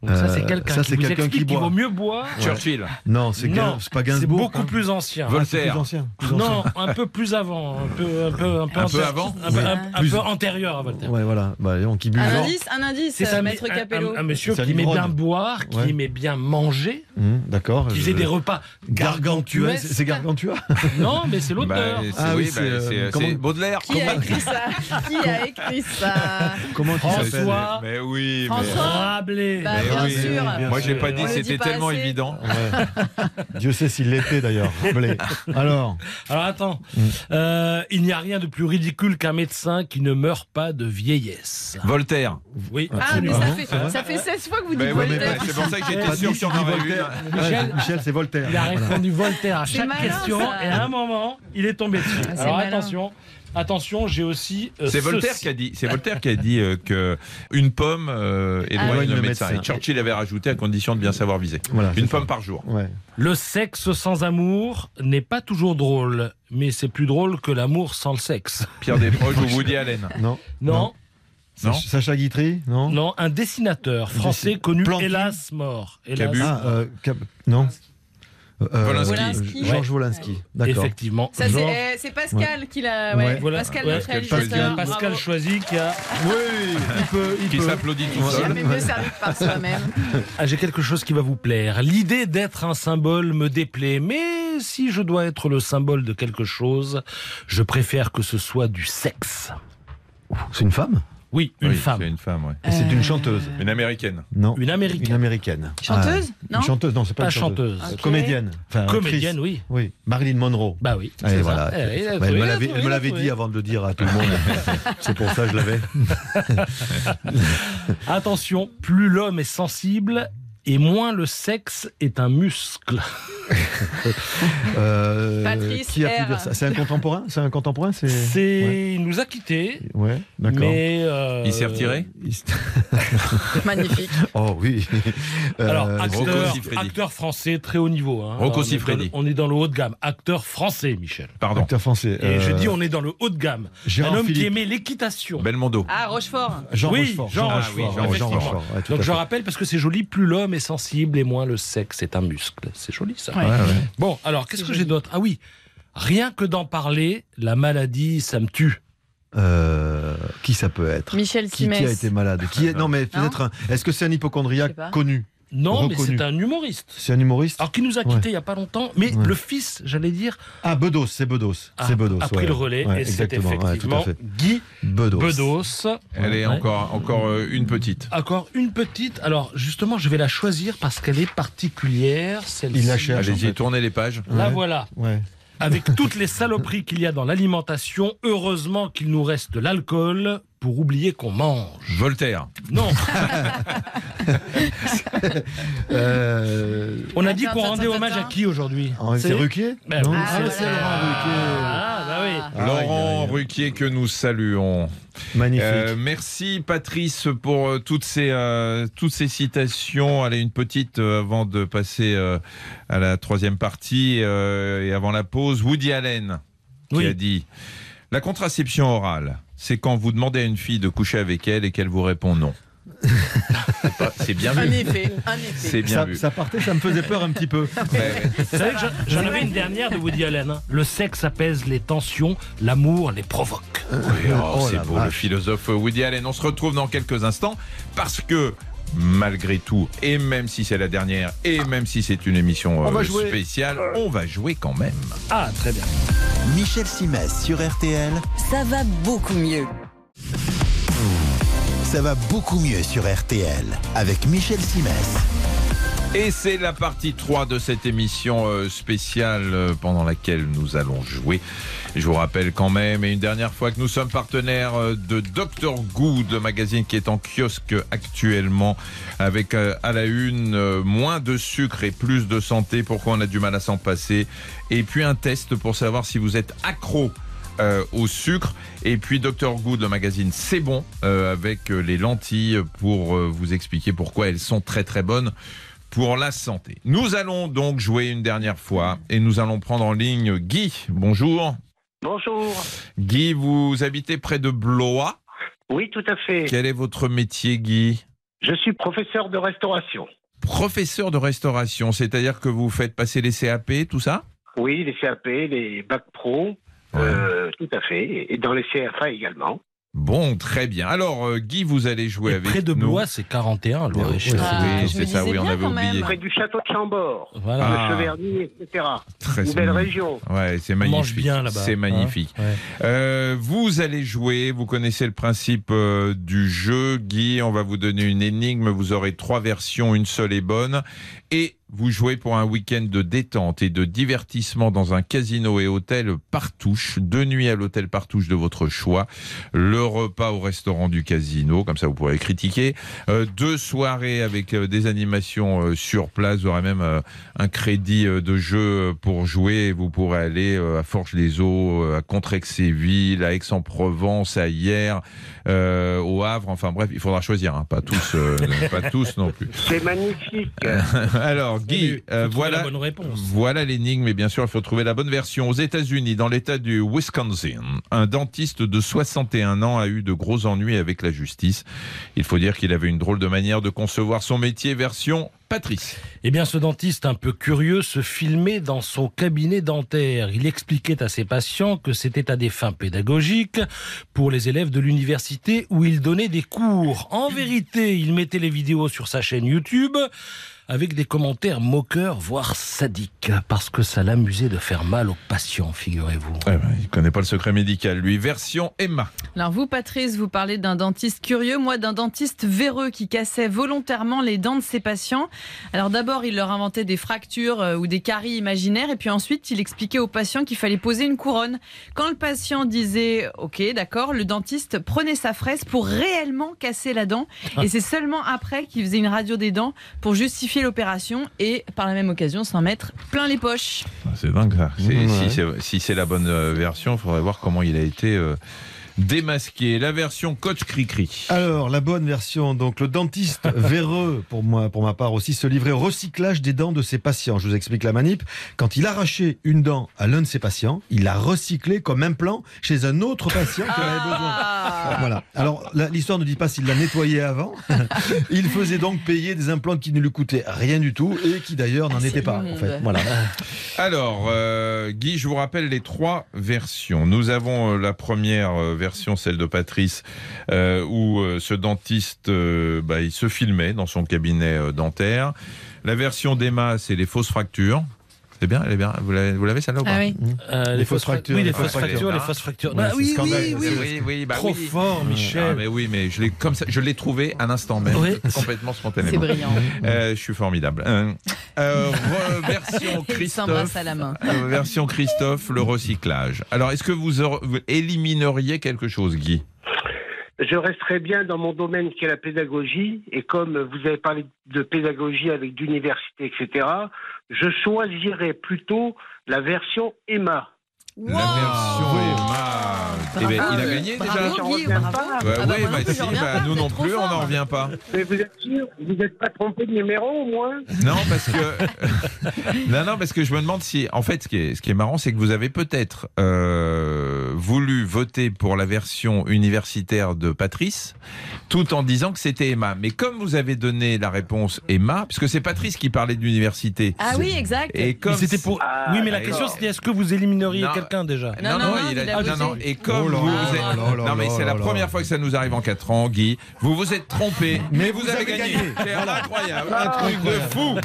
F: Donc ça,
G: Euh,
F: c'est quelqu'un
G: ça,
F: qui
G: c'est
F: vous
G: quelqu'un
F: explique
G: qui
F: qu'il
G: boit.
F: vaut mieux boire.
D: Churchill.
G: Non, c'est
F: Non,
G: Gain- c'est pas
F: C'est
G: Gainsbourg.
F: beaucoup plus ancien.
G: Ah, c'est
D: Voltaire.
G: plus ancien. plus
F: Non,
G: ancien.
F: un peu plus avant, un peu, un peu, un peu,
D: Un
F: anté-
D: peu avant
F: un peu,
G: Ouais.
F: un- un
G: Plus-
F: peu antérieur à Voltaire.
G: Ouais, voilà. Bah, voyons,
F: Ah,
G: qui buvait.
E: Un indice, un indice, euh,
F: un-
E: Maître
F: un-
E: Capello.
F: un, un monsieur
G: C'est un
F: qui aimait
G: ivrogne.
F: bien boire, qui
G: Ouais.
F: aimait bien manger,
G: Hum, D'accord.
F: qui
G: je-
F: faisait des repas
G: Gargantua.
F: gargantuesques.
G: C'est c'est Gargantua
F: Non, mais c'est l'auteur.
D: Bah, c'est-
G: Ah
D: oui,
G: oui,
D: bah,
G: c'est, euh,
D: c'est-
G: comment-
D: c'est Baudelaire.
E: Qui a écrit ça
F: (laughs)
E: Qui a écrit ça
G: Comment tu
F: François
D: Mais oui, mais-
E: François
F: Rabelais.
E: Bah,
D: Mais
E: bien
D: oui,
E: sûr.
G: oui, bien
D: Moi,
G: sûr.
D: j'ai pas dit,
E: On le dit
D: c'était
E: pas
D: tellement
E: assez.
D: évident.
G: Ouais. Dieu sait s'il l'était d'ailleurs. blé. Alors,
F: Alors attends, Euh, il n'y a rien de plus ridicule qu'un médecin qui ne meurt pas de vieillesse.
D: Voltaire.
F: Oui, Hein
E: Ah, mais
F: absolument.
E: ça
G: Absolument.
E: fait,
G: C'est vrai
E: ça fait 16 fois que vous dites
D: Ben oui,
E: Voltaire.
D: mais c'est pour ça que j'étais
G: pas
D: sûr
G: dit,
D: qu'il y en
G: il dit
D: aurait
G: Voltaire.
D: une.
G: Michel, Michel, c'est Voltaire.
F: Il a
G: Voilà.
F: répondu Voltaire à
E: C'est
F: chaque
E: malin,
F: question
E: ça.
F: et à un moment, il est tombé dessus.
E: Ah, c'est
F: Alors
E: malin.
F: attention, attention, j'ai aussi. euh,
D: C'est
F: ceci.
D: Voltaire qui a dit. C'est Voltaire qui a dit euh, que une pomme euh, éloigne le médecin. Et Churchill avait rajouté à condition de bien savoir viser.
G: Voilà, c'est
D: Une pomme par jour.
G: Ouais.
F: Le sexe sans amour n'est pas toujours drôle, mais c'est plus drôle que l'amour sans le sexe.
D: Pierre Desproges ou Woody Allen.
G: Non.
F: Non,
D: Non.
G: Sach- Sacha Guitry Non.
F: non, un dessinateur français
G: dessin-
F: connu,
G: Plantu.
F: hélas, mort. hélas,
D: Cabu.
G: Ah, euh, Cap- non. Euh,
E: Wolinski.
G: Georges Wolinski. D'accord.
F: Effectivement.
E: Ça,
F: Georges-
E: c'est, euh, c'est Pascal qui l'a.
G: Ouais.
E: Ouais.
F: Voilà.
E: Pascal,
F: Ah Ouais,
E: notre
F: Pascal,
E: réalisateur.
F: Pascal
E: Ah, bravo.
F: Choisy qui a.
G: Oui, il peut. Il
D: Qui
G: peut.
D: s'applaudit tout
G: Ouais.
D: seul.
E: Jamais mieux servi que par soi-même.
F: Ah, j'ai quelque chose qui va vous plaire. L'idée d'être un symbole me déplaît, mais si je dois être le symbole de quelque chose, je préfère que ce soit du sexe.
G: C'est une femme
F: Oui, une
D: Oui,
F: femme.
D: C'est une femme, Euh, ouais.
G: Et C'est une chanteuse
D: Une américaine.
G: Non.
F: Une américaine.
G: Une américaine.
E: Chanteuse
G: Ah,
E: Non
G: Une chanteuse, non, c'est pas,
F: Pas
G: une chanteuse.
F: chanteuse.
E: Ok.
G: Comédienne. Enfin,
F: Comédienne,
G: actrice.
F: oui.
G: Oui, Marilyn Monroe.
F: Bah oui.
G: Allez,
F: c'est
G: voilà.
F: ça. Eh, il a
G: Bah, elle
F: trouvé,
G: me
F: il a
G: l'avait-
F: trouvé,
G: elle me
F: il a
G: l'avait
F: trouvé.
G: dit avant de le dire à tout le monde. (laughs) c'est pour ça que je l'avais.
F: Attention, plus l'homme est sensible et moins le sexe est un muscle.
G: Euh,
E: Patrice
G: qui a pu
E: R.
G: dire ça C'est un contemporain C'est un contemporain C'est.
F: C'est,
G: Ouais.
F: il nous a quittés.
G: Ouais, d'accord.
F: Mais euh,
D: Il s'est retiré
G: Il (laughs) s-
E: Magnifique.
G: Oh
F: (laughs)
G: oui. Euh,
F: Alors,
D: Rocco
F: acteur,
D: Siffredi.
F: acteur français très haut niveau. hein.
D: Rocco
F: On est dans-
D: Siffredi.
F: On est dans le haut de gamme. Acteur français, Michel.
D: Pardon.
G: acteur français. Euh,
F: Et je dis, on est dans le haut de gamme.
G: Gérard
F: un homme qui
G: Philippe.
F: aimait l'équitation.
D: Belmondo.
E: Ah, Rochefort.
G: Ben, Jean
F: oui,
G: Rochefort.
F: Jean
D: Ah oui,
F: Rochefort.
D: Jean
G: Jean
F: effectivement.
G: Rochefort. ouais, tout
F: Donc
G: à
F: je
G: fait.
F: rappelle parce que c'est joli, plus l'homme est sensible et moins le sexe est un muscle. C'est joli ça.
E: Ouais.
G: Ouais, ouais.
F: Bon, alors qu'est-ce que j'ai d'autre Ah oui, rien que d'en parler, la maladie, ça me tue.
G: Euh, qui ça peut être
E: Michel
G: qui, qui a
E: Simès.
G: été malade qui
F: Euh,
G: est... Non, mais peut-être. un- Est-ce que c'est un
E: Je sais
G: hypochondriaque
E: pas.
G: connu
F: Non, mais
G: Reconnu.
F: c'est un humoriste.
G: C'est un humoriste
F: Alors qui nous a
G: Ouais.
F: quittés il y a pas longtemps, mais
G: Ouais.
F: le fils, j'allais dire,
G: Ah, Bedos, c'est Bedos.
F: a,
G: C'est Bedos.
F: a pris
G: ouais.
F: Ah, le relais
G: Ouais,
F: et c'est
G: exactement, ouais, tout
F: effectivement
G: à fait.
F: Guy
G: Bedos.
F: Bedos.
D: Elle est
F: Ouais.
D: encore, encore euh, une petite.
F: Encore une petite. Alors justement, je vais la choisir parce qu'elle est particulière. Celle-ci.
G: Il la cherche. en
D: Allez-y,
G: fait.
D: tournez les pages.
F: La
G: Ouais.
F: voilà.
G: Ouais.
F: Avec
G: (laughs)
F: toutes les saloperies qu'il y a dans l'alimentation, heureusement qu'il nous reste de l'alcool pour oublier qu'on mange.
D: Voltaire.
F: Non,
G: Euh,
F: on a dit
E: Attends,
F: qu'on rendait
E: attends,
F: hommage à
E: attends.
F: qui aujourd'hui
G: en- Ah C'est Ruquier
F: Ben
G: Non,
F: oui.
E: Ah,
G: c'est
E: voilà.
G: Laurent
F: Ah, bah oui.
G: Ruquier.
D: Laurent
G: Aïe, aïe, aïe.
D: Ruquier que nous saluons.
G: Magnifique.
D: Euh, merci Patrice pour euh, toutes ces euh, toutes ces citations. Allez une petite euh, avant de passer euh, à la troisième partie euh, et avant la pause. Woody Allen qui
F: Oui.
D: a dit la contraception orale, c'est quand vous demandez à une fille de coucher avec elle et qu'elle vous répond
G: (laughs)
D: non. C'est pas- c'est bien
E: Un
D: vu.
E: effet. Un effet.
D: C'est bien
G: ça,
D: vu.
G: ça partait, ça me faisait peur un petit peu.
D: Ouais, ouais.
F: Vous savez que j'en- j'en avais une dernière de Woody Allen. hein. Le sexe apaise les tensions, l'amour les provoque.
D: Oui, (laughs) oh,
G: Oh
D: c'est
G: la
D: beau, le
G: vache.
D: philosophe Woody Allen. On se retrouve dans quelques instants parce que. Malgré tout, et même si c'est la dernière, et même si c'est une émission
G: On va
D: euh,
G: jouer.
D: spéciale, on va jouer quand même.
F: Ah, très bien.
A: Michel Simès sur RTL,
C: Ça va beaucoup mieux.
A: ça va beaucoup mieux sur RTL avec Michel Simès.
D: Et c'est la partie 3 de cette émission euh, spéciale euh, pendant laquelle nous allons jouer. Je vous rappelle quand même, et une dernière fois, que nous sommes partenaires euh, de Dr Good, le magazine qui est en kiosque actuellement, avec euh, à la une euh, moins de sucre et plus de santé, pourquoi on a du mal à s'en passer, et puis un test pour savoir si vous êtes accro euh, au sucre. Et puis Dr Good, le magazine C'est bon, euh, avec euh, les lentilles pour euh, vous expliquer pourquoi elles sont très très bonnes pour la santé. Nous allons donc jouer une dernière fois et nous allons prendre en ligne Guy. Bonjour.
H: Bonjour.
D: Guy, vous habitez près de Blois.
H: Oui, tout à fait.
D: Quel est votre métier, Guy
H: Je suis professeur de restauration.
D: Professeur de restauration, c'est-à-dire que vous faites passer les CAP, tout ça
H: Oui, les CAP, les bacs pro, euh, tout à fait, et dans les CFA également.
D: Bon, très bien. Alors, euh, Guy, vous allez jouer
F: Et
D: avec
F: près de
D: nous.
F: Blois, c'est 41, Loire.
D: Oui,
E: Ah, je
D: c'est
E: me
D: ça,
E: disais
D: oui, on
E: bien
D: avait
E: quand
D: oublié.
E: même.
H: Près du château de Chambord,
F: Voilà.
D: Ah.
H: le Cheverny, etc.
D: Très
H: Une belle région.
D: Ouais, c'est
F: On
D: magnifique.
F: mange bien là-bas.
D: C'est
F: hein.
D: magnifique.
F: Ouais.
D: Euh, vous allez jouer, vous connaissez le principe euh, du jeu. Guy, on va vous donner une énigme, vous aurez trois versions, une seule est bonne. Et vous jouez pour un week-end de détente et de divertissement dans un casino et hôtel Partouche. Deux nuits à l'hôtel Partouche de votre choix. Le repas au restaurant du casino, comme ça vous pourrez critiquer. Euh, deux soirées avec euh, des animations euh, sur place. Vous aurez même euh, un crédit euh, de jeu euh, pour jouer. Vous pourrez aller euh, à Forges-les-Eaux, euh, à Contrexéville, à Aix-en-Provence, à Hier, euh, au Havre. Enfin bref, il faudra choisir. hein. Pas tous, (laughs) euh, pas tous non plus.
H: C'est magnifique.
D: Alors Guy,
F: Eh Faut
D: euh,
F: trouver
D: voilà.
F: La bonne réponse.
D: Voilà l'énigme, et bien sûr, il faut trouver la bonne version. Aux États-Unis, dans l'État du Wisconsin, un dentiste de 61 ans a eu de gros ennuis avec la justice. Il faut dire qu'il avait une drôle de manière de concevoir son métier, version Patrice.
F: Eh bien, ce dentiste un peu curieux se filmait dans son cabinet dentaire. Il expliquait à ses patients que c'était à des fins pédagogiques pour les élèves de l'université où il donnait des cours. En vérité, il mettait les vidéos sur sa chaîne YouTube avec des commentaires moqueurs, voire sadiques, parce que ça l'amusait de faire mal aux patients, figurez-vous.
D: Eh ben, il connaît pas le secret médical, lui. Version Emma.
E: Alors vous, Patrice, vous parlez d'un dentiste curieux, moi d'un dentiste véreux qui cassait volontairement les dents de ses patients. Alors d'abord, il leur inventait des fractures euh, ou des caries imaginaires, et puis ensuite, il expliquait aux patients qu'il fallait poser une couronne. Quand le patient disait OK, d'accord, le dentiste prenait sa fraise pour réellement casser la dent, et c'est seulement après qu'il faisait une radio des dents pour justifier l'opération et par la même occasion s'en mettre plein les poches.
D: Ah, C'est dingue, ça. C'est-
F: Mmh,
G: Ouais.
D: Si c'est si c'est la bonne euh, version, il faudrait voir comment il a été euh, démasqué. La version Coach Cricri.
G: Alors, la bonne version, donc le dentiste véreux, pour moi, pour ma part aussi, se livrait au recyclage des dents de ses patients. Je vous explique la manip. Quand il arrachait une dent à l'un de ses patients, il la recyclait comme implant chez un autre patient qui en avait besoin.
E: Ah
G: Voilà. Alors, la- l'histoire ne dit pas s'il l'a nettoyé avant. il faisait donc payer des implants qui ne lui coûtaient rien du tout et qui d'ailleurs n'en
E: Ah, c'est
G: étaient pas.
E: immonde.
G: En fait. Voilà.
D: Alors, euh, Guy, je vous rappelle les trois versions. Nous avons euh, la première euh, version, celle de Patrice, euh, où euh, ce dentiste, euh, bah, il se filmait dans son cabinet euh, dentaire. La version d'Emma, c'est les fausses fractures. C'est bien, elle est bien. Vous l'avez vous l'avez, celle-là ou pas
E: Ah oui.
F: Euh,
G: Les fausses
F: fra-
G: fractures,
F: Oui, les
G: les
F: fausses
D: fractures.
F: fractures, les
D: Ah.
F: fausses fractures.
G: Ouais,
F: Bah
G: c'est
F: oui,
G: scandaleux,
F: oui, oui,
G: c'est-
D: oui, oui, bah
F: Trop
D: oui.
F: fort,
D: Ah,
F: Michel.
D: mais oui, mais je l'ai comme ça, je l'ai trouvé à l'instant même,
F: Oui.
D: complètement
E: C'est
D: spontanément.
E: brillant.
D: Euh, je suis formidable. Euh, euh, re- version
E: (laughs) Il
D: Christophe.
E: s'embrasse à la main.
D: Euh, version Christophe, le recyclage. Alors, est-ce que vous, aur- vous élimineriez quelque chose, Guy
H: Je resterai bien dans mon domaine qui est la pédagogie. Et comme vous avez parlé de pédagogie avec d'université, etc., je choisirais plutôt la version Emma.
D: La version Emma. Eh ben,
E: Bravo.
D: il a gagné déjà
E: Bravo, Guy,
H: Bah,
E: bravo.
D: Ouais,
E: Ah bah,
D: ouais,
E: moi non
D: bah
E: plus,
D: si,
E: j'en reviens
D: bah,
E: pas,
D: nous
E: vous
D: non
E: êtes trop
D: plus, on n'en
E: fort.
D: revient pas.
H: Mais vous êtes sûr Vous n'êtes pas trompé de numéro au moins
D: Non, parce que non, non, parce que (laughs) je me demande si, en fait, ce qui est, ce qui est marrant, c'est que vous avez peut-être euh, voulu voter pour la version universitaire de Patrice, tout en disant que c'était Emma. Mais comme vous avez donné la réponse Emma, puisque c'est Patrice qui parlait de l'université,
E: Ah oui, exact.
D: et
F: Mais
D: comme
F: C'était pour.
H: Ah,
F: Oui, mais la
D: d'accord.
F: question c'était est-ce que vous élimineriez
D: Non.
F: quelqu'un déjà
D: Non, non,
E: Non, non,
D: il
E: il
D: a,
E: a
D: non,
E: voté.
D: non, et comme
G: Oh là
D: vous,
G: là
D: vous êtes-
G: là là
D: non, mais
G: là
D: c'est la
G: là
D: première
G: là.
D: fois que ça nous arrive en 4 ans, Guy. Vous vous êtes trompé, mais vous, avez gagné. C'est incroyable, un truc de fou.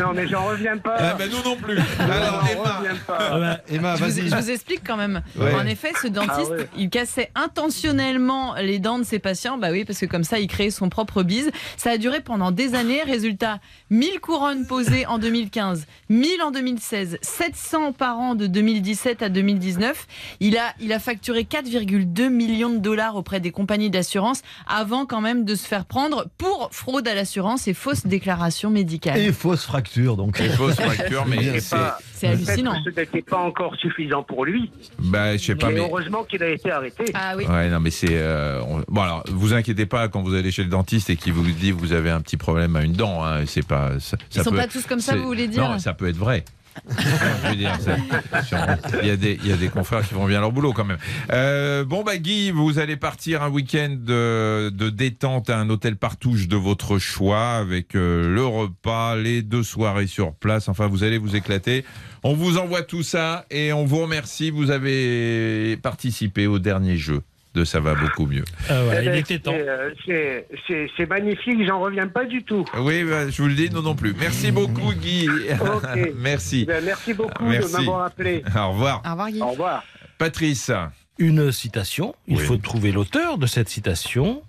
H: Non, mais j'en reviens
D: Ah,
H: pas.
D: ben, nous non plus.
G: Ah.
H: J'en
D: Alors, Emma,
H: reviens pas.
G: Emma,
E: Je vous,
G: vas-y.
E: je vous explique quand même.
D: Ouais.
E: En effet, ce dentiste,
H: Ah ouais.
E: il cassait intentionnellement les dents de ses patients. Bah oui, parce que comme ça, il créait son propre bise. Ça a duré pendant des années. Résultat, 1000 couronnes posées en 2015, 1000 en 2016, 700 par an de 2017 à 2019. Il a, il a facturé 4,2 millions de dollars auprès des compagnies d'assurance avant quand même de se faire prendre pour fraude à l'assurance et fausse déclaration médicale.
G: Et fausse fracture, donc.
D: les fausses
E: (laughs)
D: fractures, mais
H: C'est
D: c'est.
H: pas-
E: C'est
H: Peut-être
E: hallucinant.
H: que ce n'était pas encore suffisant pour lui.
D: Bah, je sais pas,
H: Mais
D: mais.
H: heureusement qu'il a été arrêté.
E: Ah oui.
D: Ouais, non, mais c'est. euh, on- Bon, alors, vous inquiétez pas quand vous allez chez le dentiste et qu'il vous dit que vous avez un petit problème à une dent. hein, c'est pas. Ça,
E: Ils
D: ça
E: sont
D: peut-
E: pas tous comme ça,
D: c'est-
E: vous voulez dire
D: Non, ça peut être vrai. Je veux dire, c'est- sur- il, y a des, il y a des confrères qui font bien leur boulot quand même. Euh, bon, bah, Guy, vous allez partir un week-end de, de détente à un hôtel partouche de votre choix avec euh, le repas, les deux soirées sur place. Enfin, vous allez vous éclater. On vous envoie tout ça et on vous remercie. Vous avez participé au dernier jeu de Ça va beaucoup mieux.
F: Euh, voilà,
H: Eh ben,
F: il était temps.
H: écoutez, euh, C'est c'est- c'est magnifique, j'en reviens pas du tout.
D: Oui, bah, je vous le dis, nous non plus. Merci beaucoup, Guy.
H: Ok.
D: (laughs) Merci.
H: Ben, Merci beaucoup
D: Merci.
H: de m'avoir appelé.
D: Au revoir.
C: Au revoir Guy.
H: Au revoir.
D: Patrice.
F: une citation, il
D: Oui.
F: faut trouver l'auteur de cette citation.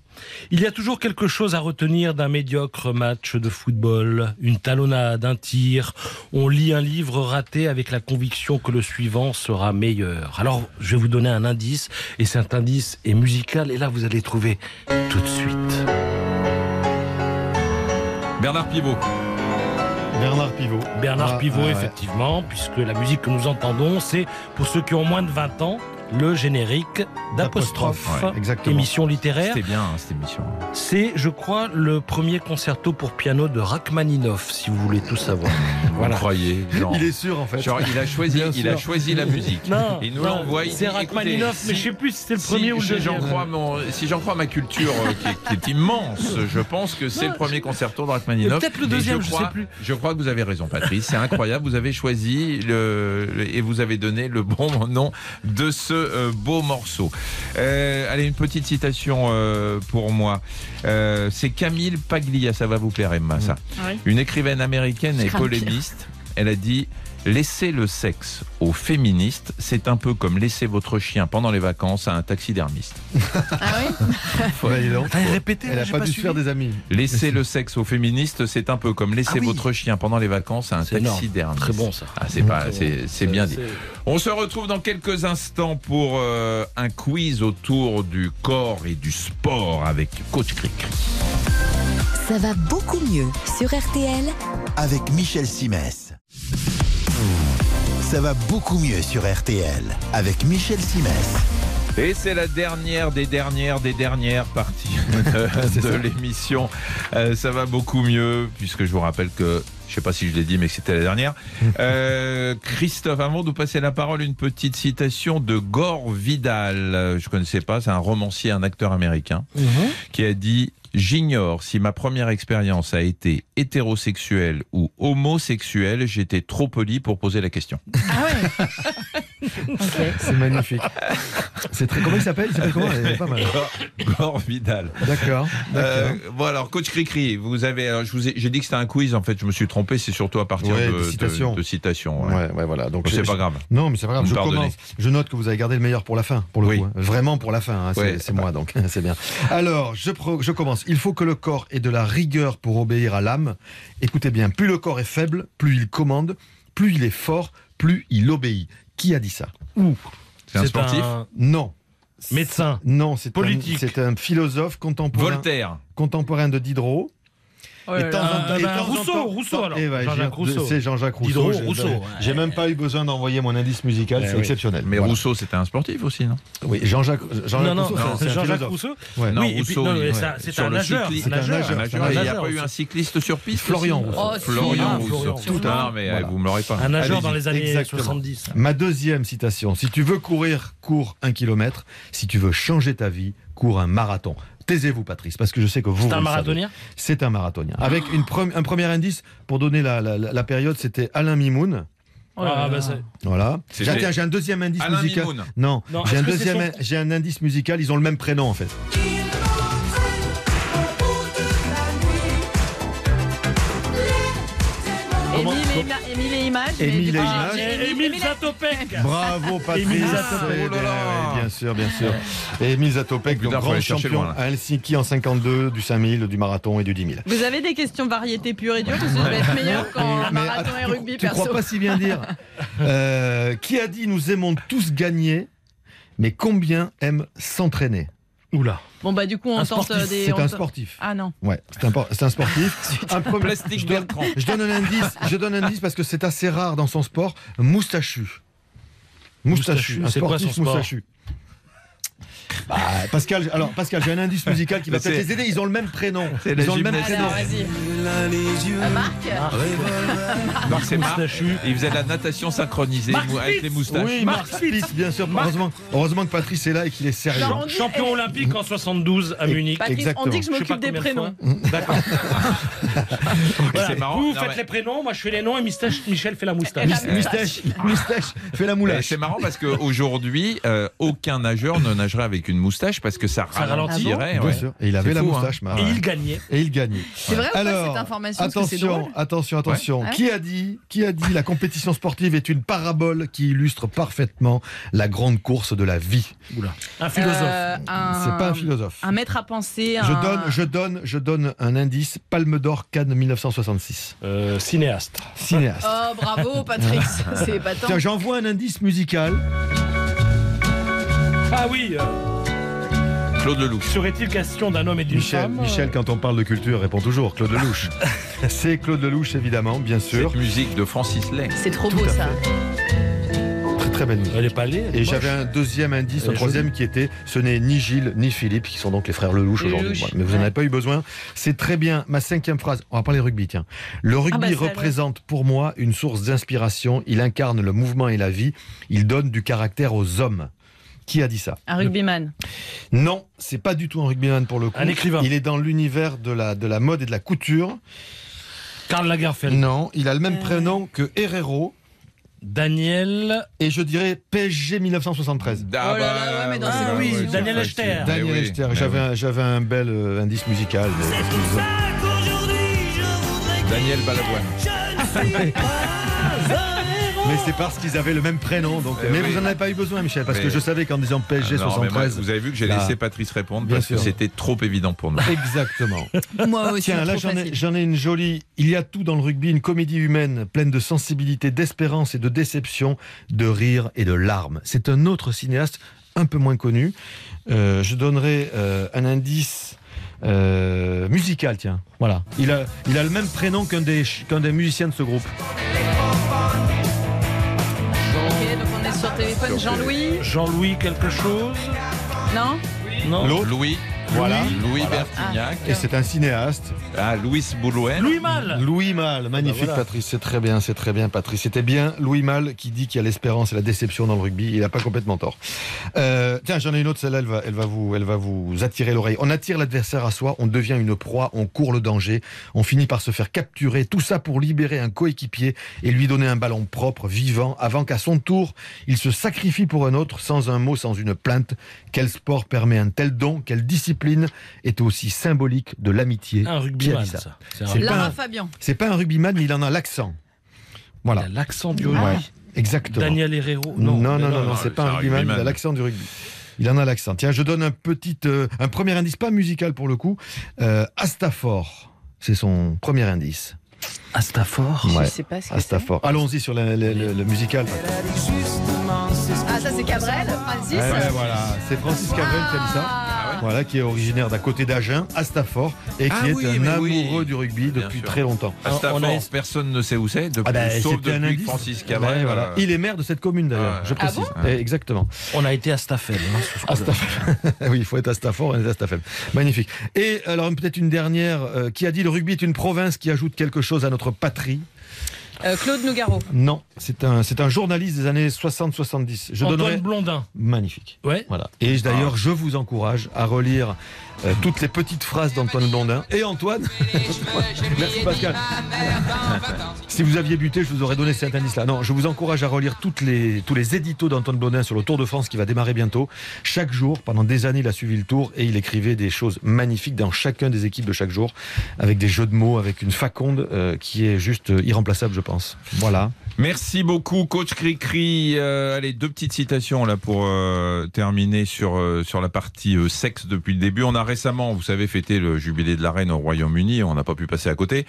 F: Il y a toujours quelque chose à retenir d'un médiocre match de football, une talonnade, un tir. On lit un livre raté avec la conviction que le suivant sera meilleur. Alors, je vais vous donner un indice, et cet indice est musical, et là, vous allez trouver tout de suite.
D: Bernard Pivot.
G: Bernard Pivot.
F: Bernard
G: Ah,
F: Pivot,
G: ah ouais.
F: effectivement, puisque la musique que nous entendons, c'est, pour ceux qui ont moins de 20 ans, le générique d'apostrophe.
G: D'apostrophe, ouais, exactement.
F: Émission littéraire.
D: C'était bien hein, cette émission.
F: C'est, je crois, le premier concerto pour piano de Rachmaninoff, si vous voulez tout (laughs) savoir.
D: Vous croyez genre,
G: Il est sûr en fait.
D: genre, il a choisi,
G: Bien
D: il a
G: sûr.
D: choisi la musique. il nous l'a envoyé.
F: C'est Rachmaninoff, mais je sais plus si c'est le premier ou le
D: si
F: deuxième.
D: j'en crois, mon- si j'en crois ma culture euh, qui, est- qui est immense, je pense que c'est
F: Non,
D: le premier concerto de Rachmaninoff.
F: Peut-être le
D: Et
F: deuxième, je
D: crois,
F: sais plus.
D: Je crois que vous avez raison, Patrice. C'est incroyable. Vous avez choisi le, le- et vous avez donné le bon (laughs) nom de ce euh, beau morceau. Euh, allez, une petite citation euh, pour moi. Euh, c'est Camille Paglia. Ça va vous plaire, Emma, ça.
F: Mm.
E: Oui.
D: Une écrivaine américaine et
C: crains le pire.
D: polémiste. Elle a dit Laissez le sexe aux féministes, c'est un peu comme laisser votre chien pendant les vacances à un taxidermiste.
E: Ah oui
G: Bah, dis donc.
F: Allez, répétez,
G: Elle
D: Ah,
F: là,
G: a
F: j'ai
G: pas dû se
F: suivi.
G: faire des amis.
D: Laisser le sexe aux féministes, c'est un peu comme laisser
F: Ah oui.
D: votre chien pendant les vacances à un
F: C'est énorme.
D: taxidermiste.
F: Très bon, ça.
D: Ah, c'est pas,
F: Très bon.
D: c'est, c'est bien dit. On se retrouve dans quelques instants pour euh, un quiz autour du corps et du sport avec Coach Cricri.
C: Ça va beaucoup mieux sur RTL.
A: avec Michel Simès. Ça va beaucoup mieux sur RTL avec Michel Simès.
D: Et c'est la dernière des dernières des dernières
G: (laughs)
D: parties de, de l'émission. Euh, ça va beaucoup mieux puisque je vous rappelle que je sais pas si je l'ai dit mais que c'était la
G: (laughs)
D: dernière. Euh, Christophe, avant de vous passer la parole, une petite citation de Gore Vidal. Euh, Je connaissais pas, c'est un romancier, un acteur américain
G: Mhm.
D: qui a dit J'ignore si ma première expérience a été hétérosexuelle ou homosexuelle, j'étais trop poli pour poser la question.
E: Ah (laughs) ouais Ok.
G: C'est magnifique.
D: (laughs)
G: C'est très. Comment il s'appelle Il s'appelle comment Elle est pas mal.
D: Gore- (laughs) Gore Vidal.
G: D'accord.
D: Euh,
G: D'accord.
D: bon alors, coach Cricri, vous avez, alors, je vous ai- j'ai dit que c'était un quiz. En fait, je me suis trompé. C'est surtout à partir
G: Ouais,
D: de,
G: des
D: de-
G: citations.
D: de citations, ouais.
G: Ouais, ouais, voilà. Donc
D: Bon, C'est
G: je-
D: pas grave.
G: Non, mais c'est pas grave.
D: Vous
G: Je
D: pardonnez.
G: commence. Je note que vous avez gardé le meilleur pour la fin, pour le
D: Oui.
G: coup. hein. Vraiment pour la fin. hein. C'est
D: Ouais.
G: c'est moi donc. (laughs) c'est bien. Alors, je, pro- je commence. Il faut que le corps ait de la rigueur pour obéir à l'âme. Écoutez bien. Plus le corps est faible, plus il commande, plus il est fort, plus il obéit. Qui a dit ça
D: C'est un sportif.
G: Non,
F: médecin.
G: non, c'est un,
F: Politique.
G: c'est un philosophe contemporain,
D: Voltaire.
G: contemporain de Diderot.
E: Oh là
G: Et
E: là.
G: temps en-
F: Euh,
G: et
F: bah,
G: temps en
F: Rousseau,
G: temps-
F: Rousseau, alors.
G: Eh ben,
F: Jean-Jacques
G: j'ai-
F: Rousseau.
G: C'est Jean-Jacques Rousseau.
F: Diderot,
G: J'ai-
F: Rousseau,
G: j'ai-
F: ouais.
G: J'ai même pas eu besoin d'envoyer mon indice musical,
F: Eh
G: c'est
F: oui.
G: exceptionnel.
D: Mais
G: Voilà.
D: Rousseau, c'était un sportif aussi, non
G: Oui, Jean-Jacques
F: Non,
G: Jean-Jacques
F: non,
G: Rousseau,
D: non,
G: c'est un
F: Jean-Jacques
G: philosophe.
F: Rousseau.
G: Ouais.
F: Oui,
D: Non,
F: et puis,
D: Rousseau,
F: non, mais
D: oui,
F: ça,
D: ouais.
F: c'est
D: Sur
F: un
D: le
F: nageur.
D: cyclisme.
F: c'est un
G: C'est un
F: nageur,
G: nageur,
F: c'est
G: c'est
D: Major.
G: un
D: Et il n'y a
G: nageur,
D: pas eu un cycliste sur piste.
G: Florian
D: aussi
G: Rousseau.
E: Oh, si.
D: Florian
E: Ah,
D: Rousseau.
F: Florian Rousseau.
D: Tout à l'heure, mais
G: Voilà.
D: vous me l'aurez pas.
F: Un nageur
D: Allez-y.
F: dans les années
G: Exactement.
F: 70.
G: Ma deuxième citation, si tu veux courir, cours un kilomètre. Si tu veux changer ta vie, cours un marathon. Taisez-vous, Patrice, parce que je sais que vous.
F: C'est
G: vous
F: un
G: le
F: marathonien
G: savez. C'est un marathonien. Avec une pre- un premier indice pour donner la, la- la- la période, c'était Alain Mimoun.
E: Oh là
F: Ah,
E: là.
F: bah, c'est-
G: Voilà.
D: C'était-
G: J'ai tiens, j'ai un deuxième indice
D: Alain
G: musical.
D: Mimoun.
G: Non,
F: Non,
G: j'ai un
F: est-ce que c'est
G: deuxième,
F: son-
G: j'ai un indice musical. Ils ont le même prénom en fait.
E: Émile et Ma- Émile et Images. mais
G: Émile
E: du coup,
G: et
E: j'ai-
G: Images.
E: j'ai- j'ai-
F: Émile
E: Émile-
F: Zatopek
G: Bravo Patrice.
F: Émile
D: Zatopek.
G: Eh bien,
D: Oh là là.
G: oui, bien sûr, bien sûr. Et Émile Zatopek,
D: Putain,
G: donc
D: faut aller
G: grand
D: chercher
G: champion
D: loin, là.
G: à Helsinki en 52 du 5000, du marathon et du 10 000.
E: Vous avez des questions variété pure et dure parce que ça va être meilleur qu'en
G: Mais
E: Ah, marathon et
G: attends, tu-
E: rugby
G: tu crois
E: perso.
G: pas si
E: (laughs)
G: bien dire. Euh, qui a dit nous aimons tous gagner, mais combien aiment s'entraîner
F: Oula.
E: Bon bah du coup on
G: Un
E: tente
G: sportif.
E: euh, des.
G: C'est
E: on
G: un
E: tente-
G: sportif.
E: Ah non.
G: Ouais, c'est un, por- (laughs) c'est un sportif. un premier-
D: Plastique
G: je, donne,
D: Bertrand.
G: je donne un indice. Je donne un indice parce que c'est assez rare dans son sport. Moustachu. Moustachu.
F: Moustachu,
G: un
F: c'est quoi
G: sportif
F: son sport
G: moustachu. Bah, Pascal, alors Pascal, j'ai un indice musical qui va
D: C'est-
G: peut-être les aider. Ils ont le même prénom.
D: c'est la
G: Ils ont le même
D: gymnastique.
G: prénom.
E: Alors vas-y.
B: a les yeux.
E: Euh, Marc
D: Non, c'est Marc.
F: Moustachu.
D: Il faisait de la natation synchronisée
F: Marc
D: mou- avec les moustaches.
G: Oui, Marc Spitz, bien sûr. Heureusement, heureusement que Patrice est là et qu'il est sérieux.
E: Genre, on dit-
F: Champion olympique en 72 à Munich.
E: Patrice, on dit que je
F: sais pas
E: m'occupe des
F: combien de
E: prénoms. (laughs)
F: fois. D'accord. Voilà.
D: C'est marrant.
F: Vous, vous
D: Non,
F: faites
D: mais-
F: les prénoms, moi je fais les noms et Mistache- Michel fait la moustache.
E: Et la-
G: Moustache, moustache, fais la
D: Mais
G: moulache.
D: C'est marrant parce qu'aujourd'hui, euh, aucun nageur ne nagerait avec une moustache parce que ça,
F: Ça ralentit.
D: ralentirait.
G: Bien
D: ouais.
G: sûr. Et il avait
D: C'est
G: la
D: fou, hein.
G: moustache, Marc.
F: Et il gagnait.
G: Et il gagnait.
E: C'est vrai ou pas cette information Parce que c'est drôle. Ah
G: attention, attention, attention.
E: Ouais.
G: Qui a dit, qui a dit, la compétition sportive est une parabole qui illustre parfaitement la grande course de la vie.
F: Un philosophe.
E: Euh, un...
G: C'est pas un philosophe.
E: Un maître à penser.
G: Je
E: un-
G: donne, je donne, je donne un indice. Palme d'or Cannes 1966.
F: Euh, cinéaste.
G: Cinéaste.
E: Oh bravo (laughs) Patrick, c'est épatant.
G: Tiens, j'envoie un indice musical.
F: Ah oui, euh,
D: Claude Lelouch.
F: serait-il question d'un homme et d'une
G: Michel,
F: femme
G: Michel, quand on parle de culture, répond toujours Claude Lelouch. C'est Claude Lelouch, évidemment, bien sûr.
D: Cette musique de Francis Lay.
E: C'est trop
G: Tout
E: beau
G: à
E: ça.
G: Très très belle musique.
F: Elle est pas laide.
G: Et j'avais un deuxième indice, un
F: Et
G: troisième qui était ce n'est ni Gilles ni Philippe, qui sont donc les frères Lelouch
E: Les
G: aujourd'hui.
E: Lelouch,
G: Voilà, mais vous n'en
E: ouais.
G: avez pas eu besoin. C'est très bien. Ma cinquième phrase, on va parler rugby, tiens. Le rugby
E: bah, ça, ouais.
G: représente pour moi une source d'inspiration. Il incarne le mouvement et la vie. Il donne du caractère aux hommes. Qui a dit ça
E: Un rugbyman.
G: Non, c'est pas du tout un rugbyman pour le coup.
F: Un écrivain.
G: Il est dans l'univers de la, de la mode et de la couture.
F: Karl Lagerfeld.
G: Non, il a le
E: Euh.
G: même prénom que Herrero.
F: Daniel.
G: Et je dirais PSG 1973.
E: Oh là là, ouais, mais dans ces
F: oui,
D: ouais,
F: Daniel
D: ouais,
F: Echter.
D: Ah, bah, c'est-
G: Daniel
D: Eh oui,
G: Echter,
D: mais
G: j'avais
D: oui.
G: un, j'avais un bel euh, indice musical. mais-
D: Daniel Balavoine.
G: Mais c'est parce qu'ils avaient le même prénom. Donc,
D: Euh,
G: mais
D: oui.
G: vous n'en avez pas eu besoin, Michel, parce
D: Mais-
G: que je savais qu'en disant PSG
D: Ah, Non, mais moi,
G: 73.
D: vous avez vu que j'ai
G: Là.
D: laissé Patrice répondre
G: Bien
D: parce que
G: sûr.
D: c'était trop évident pour nous.
G: Exactement.
E: Moi aussi.
G: Tiens, là
E: trop
G: j'en ai,
E: facile.
G: j'en ai une jolie. Il y a tout dans le rugby, une comédie humaine pleine de sensibilité, d'espérance et de déception, de rire et de larmes. C'est un autre cinéaste un peu moins connu. Euh, je donnerai euh, un indice euh, musical, tiens. Voilà. Il a, il a le même prénom qu'un des, ch- qu'un des musiciens de ce groupe.
E: Ok, donc on est sur téléphone. Jean-Louis
F: Jean-Louis quelque chose
E: Non
F: Non.
G: L'autre.
D: Louis.
G: Voilà.
D: Louis Bertignac.
G: Et c'est un cinéaste.
D: Ah, Louis Boulouen.
F: Louis Mal.
G: Louis Mal,
F: Ah bah
G: magnifique
F: voilà.
G: Eh ben Patrice, c'est très bien, c'est très bien Patrice. C'était bien Louis Mal qui dit qu'il y a l'espérance et la déception dans le rugby, il n'a pas complètement tort. Euh, tiens, j'en ai une autre, celle-là, elle va, elle, va vous, elle va vous attirer l'oreille. On attire l'adversaire à soi, on devient une proie, on court le danger, on finit par se faire capturer, tout ça pour libérer un coéquipier et lui donner un ballon propre, vivant, avant qu'à son tour, il se sacrifie pour un autre, sans un mot, sans une plainte. Quel sport permet un tel don, quelle discipline est aussi symbolique de l'amitié
F: Un
G: Qui a
F: rugbyman,
G: dit ça
F: ça. C'est un
G: C'est
F: rugby-
E: Lara
G: pas-
E: Fabian.
G: c'est pas un rugbyman, mais il en a l'accent.
F: Il a
G: Voilà,
F: l'accent du
E: Ah
G: Ouais.
F: rugby.
G: exactement.
F: Daniel Herrero.
G: non, non,
F: mais
G: non, non,
D: non,
G: c'est
D: non,
G: pas
D: c'est
G: un
D: un
G: rugbyman,
D: rugbyman.
G: il a l'accent du rugby. Il en a l'accent. Tiens, je donne un petit, euh, un premier indice, pas musical pour le coup. Euh, Astafor, c'est son premier indice.
F: Astafor.
G: Ouais,
E: Je sais pas ce que c'est.
G: Astafor. Allons-y sur la- la- la- le musical.
E: Ah, ça c'est Cabrel Francis
G: Ouais, ouais, voilà, c'est Francis Cabrel qui a dit ça.
E: Ah,
G: Voilà, qui est originaire d'à côté d'Agen, Astafor, et qui
D: Ah
G: est
D: oui,
G: un
D: mais oui.
G: amoureux du rugby
D: Bien
G: depuis
D: sûr.
G: très longtemps.
D: À Stafford,
F: On a-
D: personne ne sait où c'est, depuis,
G: Ah bah,
D: sauf
G: c'était un
D: depuis
G: indice.
D: Francis Cabrel.
G: Ouais, voilà.
D: euh,
G: Il est maire de cette commune d'ailleurs,
D: Ah ouais.
G: je
E: Ah
G: précise.
D: bon
G: Eh, Exactement.
F: On a été Astafel. hein, sur ce coup-là.
G: Eh (laughs) oui, il faut être à Stafford, on est à Staffel. Magnifique. Et alors peut-être une dernière euh, qui a dit le rugby est une province qui ajoute quelque chose à notre patrie.
E: Euh, Claude Nougaro.
G: Non, c'est un c'est un journaliste des années 60-70. Je
F: Antoine
G: donnerai
F: Blondin.
G: magnifique.
F: Ouais.
G: Voilà. Et d'ailleurs, je vous encourage à relire euh, toutes les petites phrases d'Antoine Blondin et Antoine. (laughs) Merci Pascal. Si vous aviez buté, je vous aurais donné cet indice-là. Non, je vous encourage à relire toutes les, tous les éditos d'Antoine Blondin sur le Tour de France qui va démarrer bientôt. Chaque jour, pendant des années, il a suivi le Tour et il écrivait des choses magnifiques dans chacun des équipes de chaque jour, avec des jeux de mots, avec une faconde euh, qui est juste euh, irremplaçable, je pense. Voilà.
D: Merci beaucoup, coach Cricri. Euh, allez, deux petites citations là pour euh, terminer sur euh, sur la partie euh, sexe depuis le début. On a récemment, vous savez, fêté le jubilé de la reine au Royaume-Uni. On n'a pas pu passer à côté.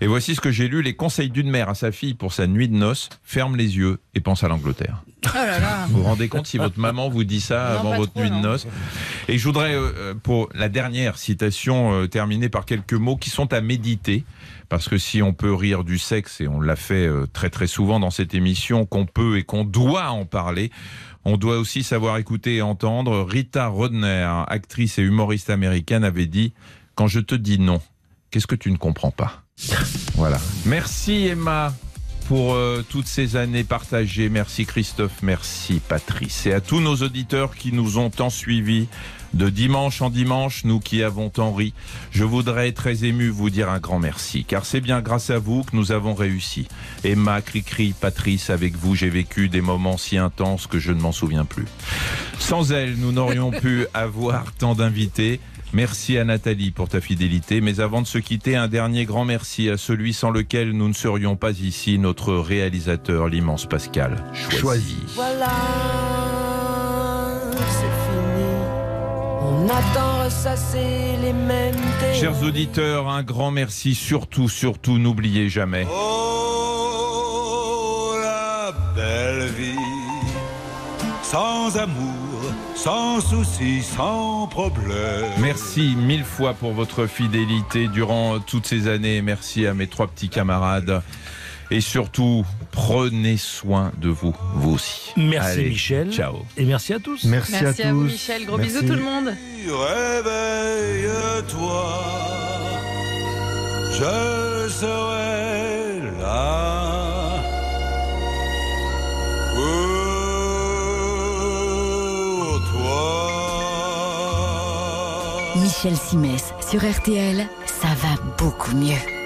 D: Et voici ce que j'ai lu les conseils d'une mère à sa fille pour sa nuit de noces ferme les yeux et pense à l'Angleterre.
E: Oh là là.
D: Vous vous rendez compte si votre maman vous dit ça
E: Non,
D: avant
E: pas
D: votre
E: trop,
D: nuit
E: non.
D: de noces Et je voudrais, euh, pour la dernière citation, euh, terminer par quelques mots qui sont à méditer. Parce que si on peut rire du sexe, et on l'a fait euh, très très souvent dans cette émission, qu'on peut et qu'on doit en parler, on doit aussi savoir écouter et entendre. Rita Rodner, actrice et humoriste américaine, avait dit Quand je te dis non, qu'est-ce que tu ne comprends pas Voilà. Merci Emma pour euh, toutes ces années partagées. Merci Christophe, merci Patrice. Et à tous nos auditeurs qui nous ont tant suivis de dimanche en dimanche, nous qui avons tant ri, je voudrais très ému vous dire un grand merci, car c'est bien grâce à vous que nous avons réussi. Emma, Cricri, Patrice, avec vous, j'ai vécu des moments si intenses que je ne m'en souviens plus. Sans elle, nous n'aurions pu avoir tant d'invités. Merci à Nathalie pour ta fidélité, mais avant de se quitter, un dernier grand merci à celui sans lequel nous ne serions pas ici, notre réalisateur, l'immense Pascal Choisy.
E: Voilà, c'est fini. On attend ressasser les mêmes thés.
D: Chers auditeurs, un grand merci, surtout, surtout, n'oubliez jamais.
A: Oh, la belle vie, sans amour, sans souci, sans problème.
D: Merci mille fois pour votre fidélité durant toutes ces années. Merci à mes trois petits camarades. Et surtout, prenez soin de vous, vous aussi.
F: Merci
D: Allez,
F: Michel.
D: Ciao.
F: Et merci à tous.
I: Merci,
B: Merci à vous,
I: tous.
B: Michel. Gros
I: Merci.
B: bisous, tout le monde.
A: Réveille-toi, je serai là pour toi.
C: Michel Simès sur RTL, ça va beaucoup mieux.